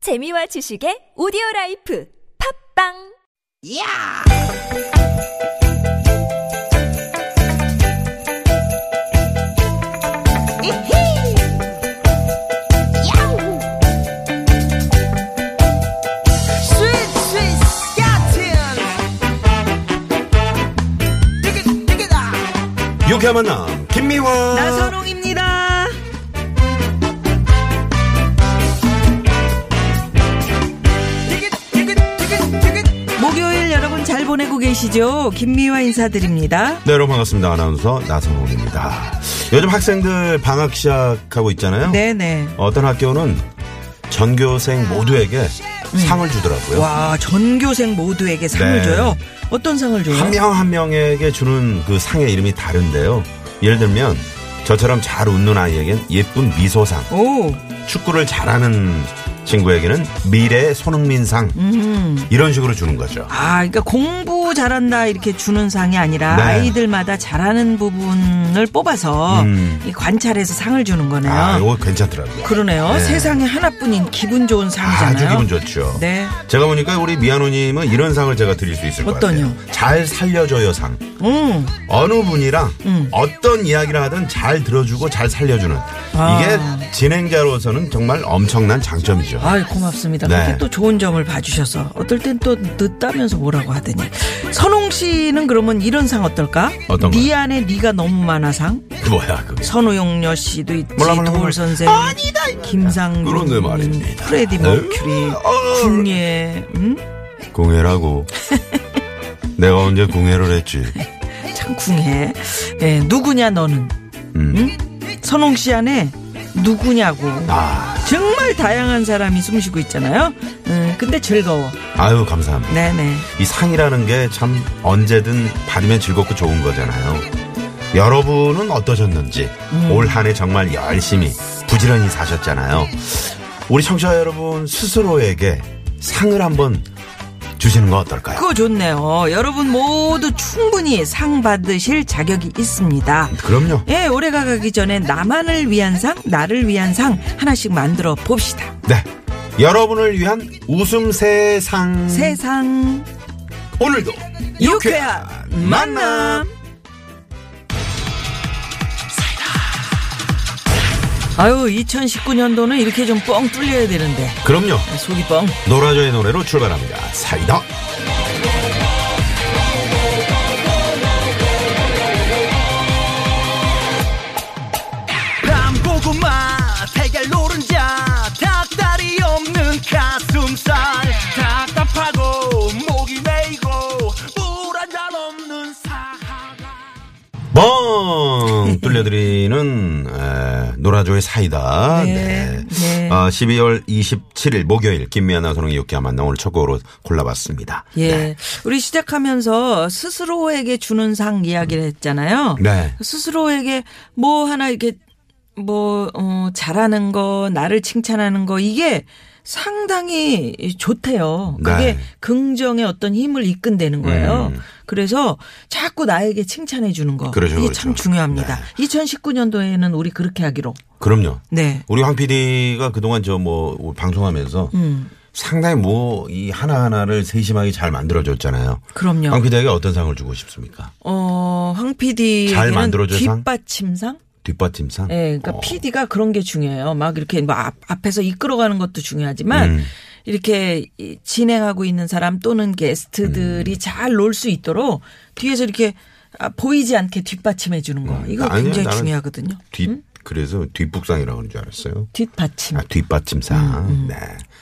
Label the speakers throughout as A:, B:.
A: 재미와 지식의 오디오 라이프 팝빵
B: 야! 이히! 야우! 스윗 스윗 야틴! 띠깃 띠깃아!
C: 유쾌한 만남 김미화
B: 나선홍입니다. 띠깃 띠깃 띠깃 띠깃
D: 목요일 여러분 잘 보내고 계시죠? 김미화 인사드립니다.
C: 네 여러분 반갑습니다 아나운서 나선홍입니다 요즘 학생들 방학 시작하고 있잖아요
D: 네네.
C: 어떤 학교는 전교생 모두에게 상을 주더라고요
D: 음. 와, 전교생 모두에게 상을
C: 네.
D: 줘요? 어떤 상을 줘요?
C: 한 명 한 명에게 주는 그 상의 이름이 다른데요 예를 들면 저처럼 잘 웃는 아이에겐 예쁜 미소상
D: 오,
C: 축구를 잘하는 친구에게는 미래의 손흥민상
D: 음.
C: 이런 식으로 주는 거죠
D: 아, 그러니까 공부 잘한다 이렇게 주는 상이 아니라
C: 네.
D: 아이들마다 잘하는 부분을 뽑아서
C: 음.
D: 이 관찰해서 상을 주는 거네요.
C: 아 이거 괜찮더라고요
D: 그러네요. 세상에 하나뿐인 기분 좋은 상이잖아요.
C: 아주 기분 좋죠
D: 네.
C: 제가 보니까 우리 미아노님은 이런 상을 제가 드릴 수 있을
D: 어떤요?
C: 것 같아요. 잘 살려줘요 상.
D: 음,
C: 어느 분이랑 어떤 이야기를 하든 잘 들어주고 잘 살려주는
D: 아.
C: 이게 진행자로서는 정말 엄청난 장점이죠.
D: 아이 고맙습니다.
C: 네.
D: 그렇게 또 좋은 점을 봐주셔서 어떨 땐 또 늦다면서 뭐라고 하더니 선홍 씨는 그러면 이런 상 어떨까?
C: 어떤
D: 네
C: 거요?
D: 안에 네가 너무 많아 상
C: 그 뭐야 그게.
D: 선우용녀 씨도 있지
C: 몰라, 몰라, 몰라.
D: 도울 선생 김상중
C: 그런데 말입니다.
D: 프레디 머큐리
C: 어.
D: 궁예 음?
C: 공해라고. 내가 언제 공해를 했지?
D: 참 궁예 예, 누구냐 너는
C: 음.
D: 선홍 씨 안에 누구냐고
C: 아,
D: 정말 다양한 사람이 숨쉬고 있잖아요 음, 근데 즐거워
C: 아유 감사합니다.
D: 네네
C: 이 상이라는 게 참 언제든 받으면 즐겁고 좋은 거잖아요. 여러분은 어떠셨는지 올 한 해 정말 열심히 부지런히 사셨잖아요. 우리 청취자 여러분 스스로에게 상을 한번 주시는 건 어떨까요?
D: 그거 좋네요. 여러분 모두 충분히 상 받으실 자격이 있습니다.
C: 그럼요.
D: 예, 올해가 가기 전에 나만을 위한 상, 나를 위한 상 하나씩 만들어 봅시다.
C: 네. 여러분을 위한 웃음 세상
D: 세상
C: 오늘도
D: 유쾌한 만남. 아유, 2019년도는 이렇게 좀 뻥 뚫려야 되는데.
C: 그럼요.
D: 속이 뻥.
C: 노라조의 노래로 출발합니다. 사이다.
B: 밤고구마 달걀 노른자 닭다리 없는 가슴살 답답하고 목이 메이고 물한잔 없는 사하가
C: 뻥 뚫려드리는 에, 노라조의 사이다. 네.
D: 네, 네.
C: 아, 12월 27일 목요일 김미아나 소롱이 육회 만남 오늘 첫 곡으로 골라봤습니다.
D: 예.
C: 네.
D: 우리 시작하면서 스스로에게 주는 상 이야기를 했잖아요.
C: 네.
D: 스스로에게 뭐 하나 이렇게 뭐, 어, 잘하는 거, 나를 칭찬하는 거, 이게 상당히 좋대요. 그게
C: 네. 음.
D: 긍정의 어떤 힘을 이끈다는 거예요. 그래서 자꾸 나에게 칭찬해 주는 거.
C: 그렇죠,
D: 이게 참
C: 그렇죠.
D: 중요합니다. 2019년도에는 우리 그렇게 하기로.
C: 그럼요.
D: 네.
C: 우리 황 PD가 그동안 저 뭐 방송하면서
D: 음.
C: 상당히 뭐 이 하나하나를 세심하게 잘 만들어줬잖아요.
D: 그럼요.
C: 황 PD에게 어떤 상을 주고 싶습니까?
D: 어, 황 PD.
C: 잘 만들어준 상?
D: 뒷받침상?
C: 뒷받침상?
D: 예, 그러니까
C: 어,
D: PD가 그런 게 중요해요. 막 이렇게 뭐 앞, 앞에서 이끌어가는 것도 중요하지만
C: 음.
D: 이렇게 이- 진행하고 있는 사람 또는 게스트들이
C: 음.
D: 잘 놀 수 있도록 뒤에서 이렇게 아, 보이지 않게 뒷받침해 주는 거. 이거
C: 음. 아니요,
D: 굉장히
C: 나는
D: 중요하거든요.
C: 뒷, 그래서 뒷북상이라고 하는 줄 알았어요.
D: 뒷받침.
C: 아,
D: 음,
C: 뒷받침상. 네.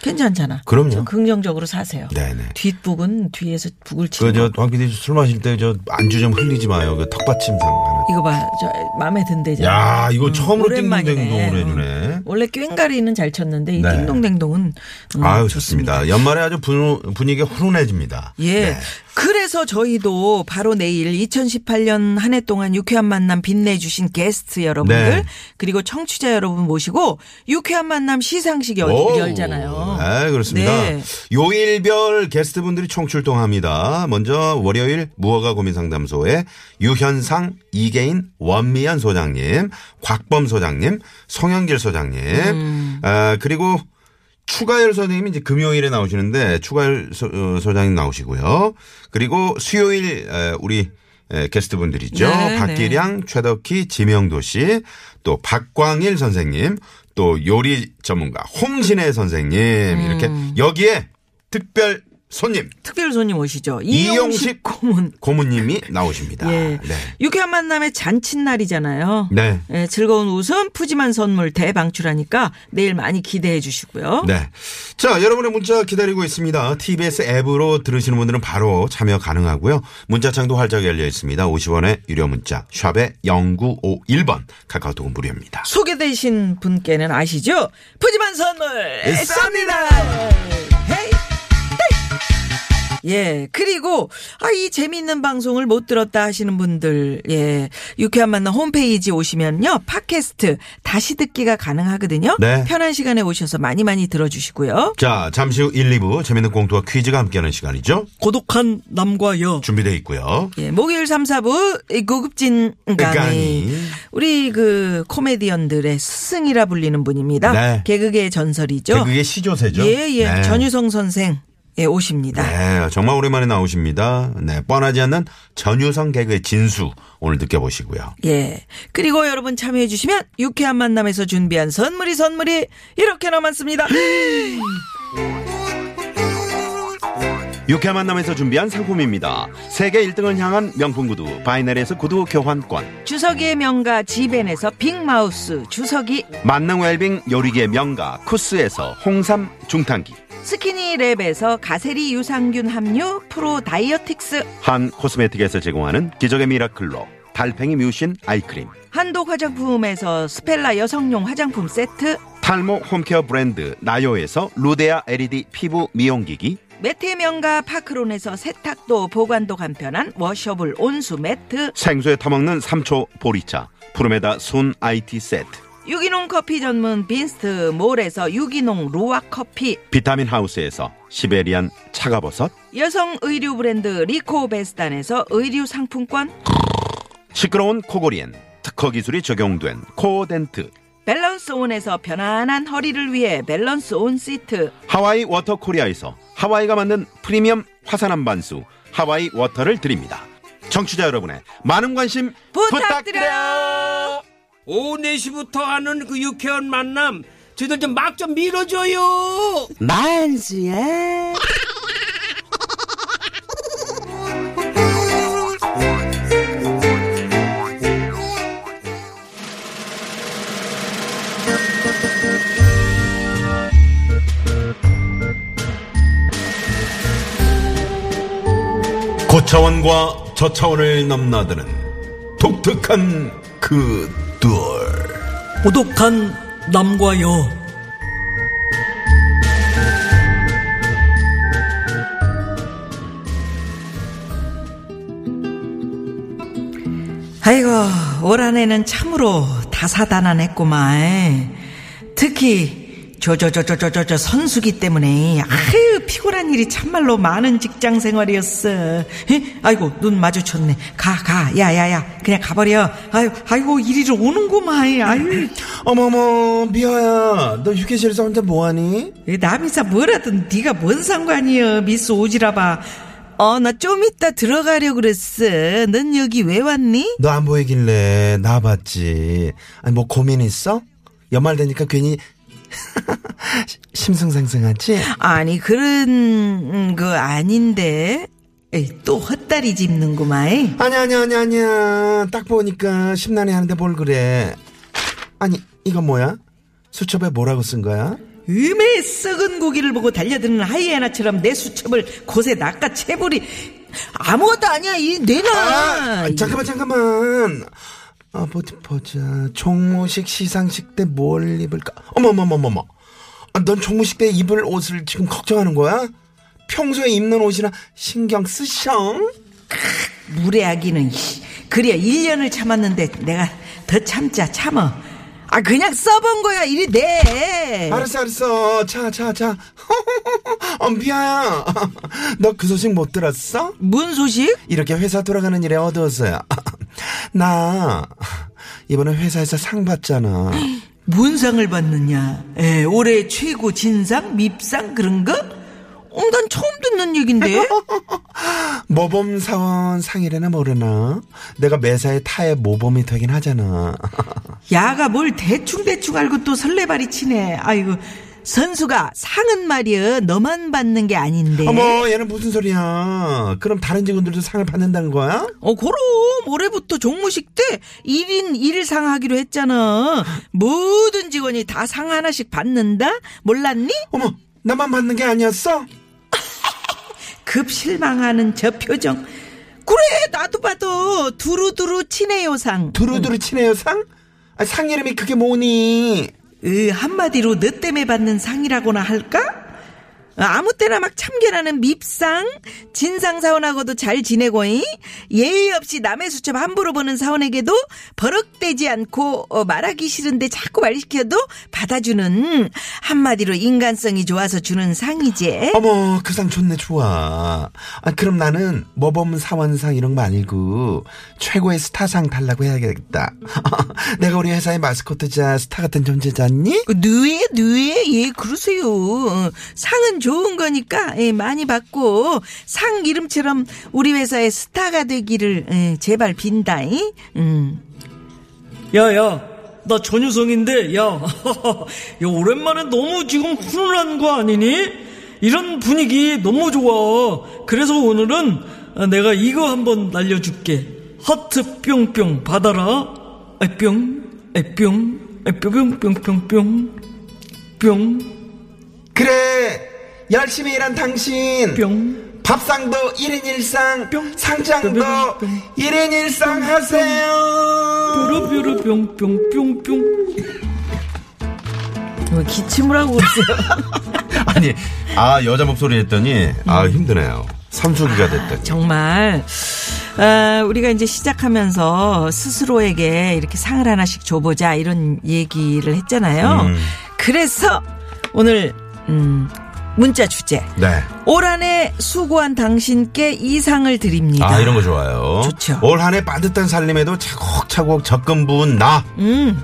D: 괜찮잖아.
C: 그럼요.
D: 좀 긍정적으로 사세요.
C: 네네.
D: 뒷북은 뒤에서 북을 치는 거.
C: 그저황 PD 술 마실 때 저 안주 좀 흘리지 마요. 그 턱받침상 하나.
D: 이거 봐. 저 마음에 든대잖아.
C: 야, 이거 처음으로
D: 오랜만이네.
C: 띵동댕동을 해주네.
D: 음. 원래 꽹가리는 잘 쳤는데 이
C: 네.
D: 띵동댕동은 음,
C: 아유, 좋습니다. 연말에 아주 분, 분위기가 훈훈해집니다.
D: 예.
C: 네.
D: 그래서 저희도 바로 내일 2018년 한 해 동안 유쾌한 만남 빛내주신 게스트 여러분들
C: 네.
D: 그리고 청취자 여러분 모시고 유쾌한 만남 시상식이
C: 오.
D: 열- 열잖아요.
C: 네, 그렇습니다.
D: 네.
C: 요일별 게스트분들이 총출동합니다. 먼저 월요일 무허가 고민상담소에 유현상, 이계인, 원미연
D: 음.
C: 소장님, 곽범 소장님, 송영길 소장님, 아, 그리고 추가열 선생님이 이제 금요일에 나오시는데 추가열 소, 어, 소장님 나오시고요. 그리고 수요일 에, 우리 에, 게스트분들이죠.
D: 네,
C: 박기량, 최덕희, 지명도 씨, 또 박광일 선생님, 또 요리 전문가 홍신혜 선생님 이렇게
D: 음.
C: 여기에 특별 손님
D: 특별 손님 오시죠.
C: 이용식
D: 이용식 고문.
C: 고모님이 나오십니다.
D: 예.
C: 네.
D: 유쾌한 만남의 잔칫날이잖아요.
C: 네.
D: 예, 즐거운 웃음, 푸짐한 선물 대방출하니까 내일 많이 기대해 주시고요.
C: 네. 자, 여러분의 문자 기다리고 있습니다. TBS 앱으로 들으시는 분들은 바로 참여 가능하고요. 문자창도 활짝 열려 있습니다. 50원의 유료 문자, 샵에 0951번, 카카오톡은 무료입니다.
D: 소개되신 분께는 아시죠? 푸짐한 선물 쏩니다. 헤이, 헤이. 예, 그리고 아 이 재미있는 방송을 못 들었다 하시는 분들, 예, 유쾌한 만남 홈페이지 오시면요 팟캐스트 다시 듣기가 가능하거든요.
C: 네.
D: 편한 시간에 오셔서 많이 많이 들어주시고요.
C: 자, 잠시 후 1, 2부, 재밌는 공투와 퀴즈가 함께하는 시간이죠.
D: 고독한 남과 여.
C: 준비되어 있고요.
D: 예, 목요일 3, 4부 고급진
C: 강의.
D: 강의. 우리 그 코미디언들의 스승이라 불리는 분입니다.
C: 네.
D: 개그계의 전설이죠.
C: 그게 시조세죠.
D: 예, 예.
C: 네.
D: 전유성 선생. 예, 오십니다.
C: 네, 정말 오랜만에 나오십니다. 네, 뻔하지 않는 전유성 개그의 진수 오늘 느껴보시고요.
D: 예. 그리고 여러분 참여해 주시면 유쾌한 만남에서 준비한 선물이 선물이 이렇게 남았습니다.
C: 육회 만남에서 준비한 상품입니다. 세계 1등을 향한 명품 구두 바이넬에서 구두 교환권
D: 주석이의 명가 지벤에서 빅마우스 주석이
C: 만능 웰빙 요리계 명가 쿠스에서 홍삼 중탕기
D: 스키니랩에서 가세리 유산균 함유 프로 다이어틱스
C: 한 코스메틱에서 제공하는 기적의 미라클로 달팽이 뮤신 아이크림
D: 한독 화장품에서 스펠라 여성용 화장품 세트
C: 탈모 홈케어 브랜드 나요에서 루데아 LED 피부 미용기기
D: 매트의 명가 파크론에서 세탁도 보관도 간편한 워셔블 온수 매트
C: 생수에 타먹는 삼초 보리차 푸르메다 순 IT 세트
D: 유기농 커피 전문 빈스트 몰에서 유기농 루아 커피
C: 비타민 하우스에서 시베리안 차가버섯
D: 여성 의류 브랜드 리코베스탄에서 의류 상품권
C: 시끄러운 코골이엔 특허 기술이 적용된 코어덴트
D: 밸런스 온에서 편안한 허리를 위해 밸런스 온 시트
C: 하와이 워터 코리아에서 하와이가 만든 프리미엄 화산 한반수 하와이 워터를 드립니다. 청취자 여러분의 많은 관심
D: 부탁드려요.
B: 오후 4시부터 하는 그 유쾌한 만남 저희들 좀 막 좀 밀어줘요
D: 만수야
C: 그 고차원과 저차원을 넘나드는 독특한 그 듀얼.
D: 고독한 남과 여 아이고 올 한해는 참으로 다사다난했구만 특히 저 저 저 저 저 저 선수기 때문에 아유 피곤한 일이 참말로 많은 직장 생활이었어 에? 아이고 눈 마주쳤네 가 가 야야야 그냥 가버려 아유 아이고 이리로 오는구만 아유
C: 어머머, 미아야, 너 휴게실에서 혼자 뭐하니?
D: 남이사 뭐라든 네가 뭔 상관이여 미스 오지라봐 어 나 좀 이따 들어가려 그랬어 넌 여기 왜 왔니?
C: 너 안 보이길래 나봤지. 아니 뭐 고민 있어? 연말 되니까 괜히 심승생생하지?
D: 아니 그런 거 아닌데 에이, 또 헛다리 짚는구만
C: 아니야 아니야 아니야 아니야 딱 보니까 심란해 하는데 뭘 그래 아니 이건 뭐야 수첩에 뭐라고 쓴 거야
D: 음에 썩은 고기를 보고 달려드는 하이에나처럼 내 수첩을 곳에 낚아 채버리 아무것도 아니야 이 내놔
C: 아, 잠깐만 잠깐만 아 보자 보자 종무식 시상식 때 뭘 입을까 어머머머머머 아, 넌 종무식 때 입을 옷을 지금 걱정하는 거야 평소에 입는 옷이나 신경 쓰셔
D: 무례하기는 씨. 그래 1년을 참았는데 내가 더 참자 참어 아 그냥 써본 거야 이리 내
C: 알았어 알았어 자 자자 어, 미아야 너 그 소식 못 들었어?
D: 뭔 소식?
C: 이렇게 회사 돌아가는 일에 어두웠어요. 나 이번에 회사에서 상 받잖아.
E: 뭔 상을 받느냐? 에, 올해 최고 진상, 밉상 그런 거? 어, 난 처음 듣는 얘긴데.
C: 모범사원 상이래나 모르나? 내가 매사에 타의 모범이 되긴 하잖아.
E: 야가 뭘 대충대충 알고 또 설레발이 치네. 아이고. 선수가 상은 말이여 너만 받는 게 아닌데.
F: 네.
C: 어머, 얘는 무슨 소리야. 그럼 다른 직원들도 상을 받는다는 거야?
E: 어, 그럼 올해부터 종무식 때 1인 1상 하기로 했잖아. 모든 직원이 다 상 하나씩 받는다? 몰랐니?
C: 어머, 나만 받는 게 아니었어?
E: 급 실망하는 저 표정. 그래, 나도 봐도 두루두루 친해요상.
C: 두루두루 친해요, 상? 아, 상 이름이 그게 뭐니?
E: 으, 한마디로 너 때문에 받는 상이라고나 할까? 아무 때나 막 참견하는 밉상, 진상 사원하고도 잘 지내고이, 예의 없이 남의 수첩 함부로 보는 사원에게도 버럭대지 않고 어, 말하기 싫은데 자꾸 말 시켜도 받아주는 한마디로 인간성이 좋아서 주는 상이지.
C: 어머, 그 상 좋네, 좋아. 아, 그럼 나는 모범사원상 이런 거 아니고, 최고의 스타상 달라고 해야겠다. 내가 우리 회사의 마스코트자 스타 같은 존재잖니?
D: 그
E: 누에 누에 예 그러세요. 상은 좋은 거니까 예, 많이 받고 상 이름처럼 우리 회사의 스타가 되기를 예, 제발 빈다이. 음.
F: 야야 나 전유성인데 야, 야 오랜만에 너무 지금 훈훈한 거 아니니? 이런 분위기 너무 좋아 그래서 오늘은 내가 이거 한번 날려줄게 하트 뿅뿅 받아라 아, 뿅 아, 뿅 아, 뿅뿅뿅뿅뿅 뿅
C: 그래, 열심히 일한 당신.
F: 뿅.
C: 밥상도 1인 1상,
F: 뿅.
C: 상장도
F: 뿅, 뿅, 뿅.
C: 1인 1상 하세요.
F: 뾰로뾰로 뿅뿅뿅뿅
D: 왜뭐 기침을 하고 있어요?
C: 아니, 아, 여자 목소리 했더니, 아, 힘드네요. 삼수기가 됐더니.
D: 정말 아, 우리가 이제 시작하면서 스스로에게 이렇게 상을 하나씩 줘보자 이런 얘기를 했잖아요.
C: 음.
D: 그래서 오늘 음, 문자 주제
C: 네.
D: 올 한해 수고한 당신께 이 상을 드립니다.
C: 아, 이런 거 좋아요.
D: 좋죠.
C: 올 한해 빠듯한 살림에도 차곡차곡 적금 부은 나. 음.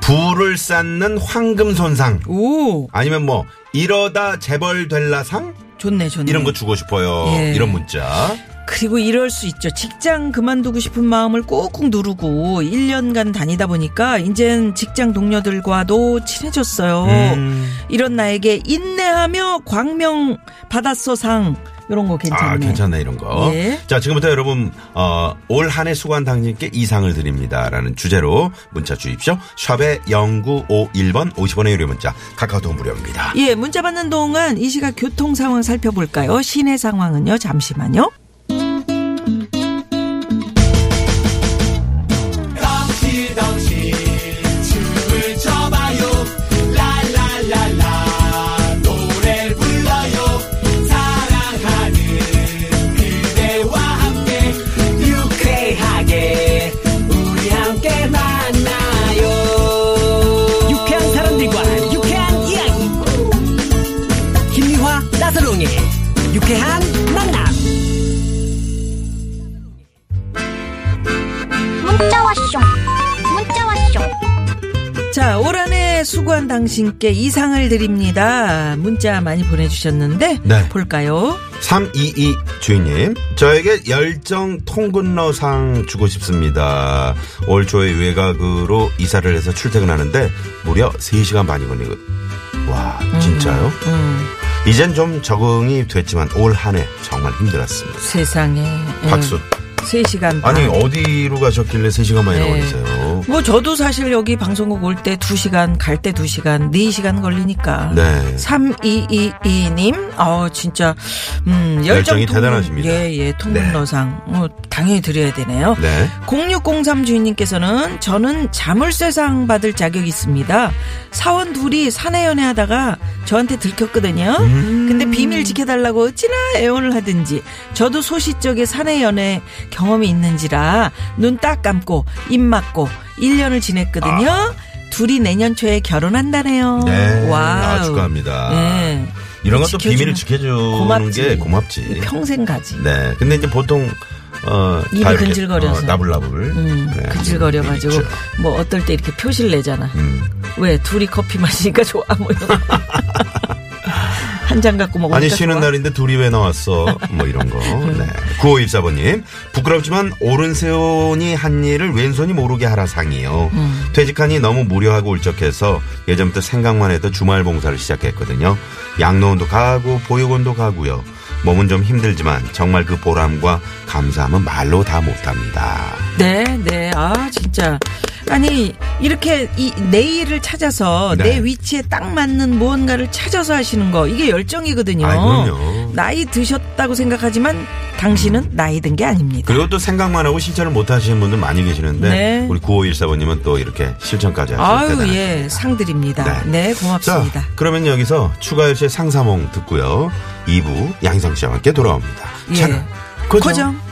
C: 부를 쌓는 황금 손상.
D: 오
C: 아니면 뭐, 이러다 재벌 될라상?
D: 좋네 좋네.
C: 이런 거 주고 싶어요.
D: 예.
C: 이런 문자.
D: 그리고 이럴 수 있죠. 직장 그만두고 싶은 마음을 꾹꾹 누르고 1년간 다니다 보니까 이젠 직장 동료들과도 친해졌어요.
C: 음.
D: 이런 나에게 인내하며 광명 받았어 상 이런 거 괜찮네.
C: 아, 괜찮네, 이런 거.
D: 예.
C: 자, 지금부터 여러분, 어, 올 한 해 수고한 당신께 이상을 드립니다. 라는 주제로 문자 주십시오. 샵에 0951번 50원의 유료 문자. 카카오톡 무료입니다.
D: 예, 문자 받는 동안 이 시각 교통 상황 살펴볼까요? 시내 상황은요. 잠시만요.
F: 유쾌한 사람들과 유쾌한 이야기 김미화 나서롱의 유쾌한 만남
G: 문자 왔쇼 문자 왔쇼
D: 자, 올 한해 수고한 당신께 이상을 드립니다. 문자 많이 보내주셨는데
C: 네.
D: 볼까요?
C: 322 주인님, 저에게 열정 통근러상 주고 싶습니다. 올 초에 외곽으로 이사를 해서 출퇴근하는데 무려 3시간 반이 걸리고. 와, 진짜요?
D: 음,
C: 이젠 좀 적응이 됐지만 올 한 해 정말 힘들었습니다.
D: 세상에. 예,
C: 박수.
D: 3시간 반.
C: 아니, 어디로 가셨길래 3시간 만이나
D: 네.
C: 걸리세요?
D: 뭐 저도 사실 여기 방송국 올 때 2시간, 갈 때 2시간, 4시간 걸리니까.
C: 네.
D: 3222님, 어, 진짜, 음, 열정
C: 열정이
D: 통문-
C: 대단하십니다.
D: 예, 예, 통문어상. 어, 당연히 드려야 되네요.
C: 네.
D: 0603 주인님께서는 저는 자물쇠상 받을 자격이 있습니다. 사원 둘이 사내 연애하다가 저한테 들켰거든요.
C: 음.
D: 근데 비밀 지켜달라고 어찌나 애원을 하든지 저도 소시적의 사내 연애 경험이 있는지라 눈 딱 감고 입 막고 1년을 지냈거든요. 둘이 내년 초에 결혼한다네요.
C: 아. 네.
D: 와우.
C: 아, 축하합니다.
D: 네.
C: 이런 것도
D: 지켜주면
C: 비밀을 지켜주는 네.
D: 고맙지.
C: 게 고맙지.
D: 평생 가지.
C: 네. 근데 이제 보통 어,
D: 입이
C: 다 이렇게, 어,
D: 근질거려서.
C: 나불나불.
D: 음,
C: 네, 그렇죠.
D: 근질거려가지고
C: 있죠.
D: 뭐 어떨 때 이렇게 표시를 내잖아.
C: 음.
D: 왜 둘이 커피 마시니까 좋아 뭐 이런. 한잔 갖고 먹으니까
C: 아니 쉬는
D: 좋아.
C: 날인데 둘이 왜 나왔어? 뭐 이런 거. 네. 9524번님 부끄럽지만 오른 세원이 한 일을 왼손이 모르게 하라 상이요.
D: 음.
C: 퇴직하니 너무 무료하고 울적해서 예전부터 생각만 해도 주말 봉사를 시작했거든요. 양로원도 가고 보육원도 가고요. 몸은 좀 힘들지만 정말 그 보람과 감사함은 말로 다 못합니다.
D: 네, 네. 아, 진짜. 아니, 이렇게 이, 내 일을 찾아서
C: 네.
D: 내 위치에 딱 맞는 무언가를 찾아서 하시는 거, 이게 열정이거든요.
C: 아, 그럼요.
D: 나이 드셨다고 생각하지만 당신은 나이 든 게 아닙니다.
C: 그리고 또 생각만 하고 실천을 못 하시는 분들 많이 계시는데
D: 네.
C: 우리 9514번님은 또 이렇게 실천까지 하시는
D: 아유,
C: 대단하십니다. 네.
D: 예. 상 드립니다. 네, 고맙습니다.
C: 자, 그러면 여기서 추가열 씨의 상사몽 듣고요. 2부 양희성 씨와 함께 돌아옵니다.
D: 예.
C: 채널
D: 고정.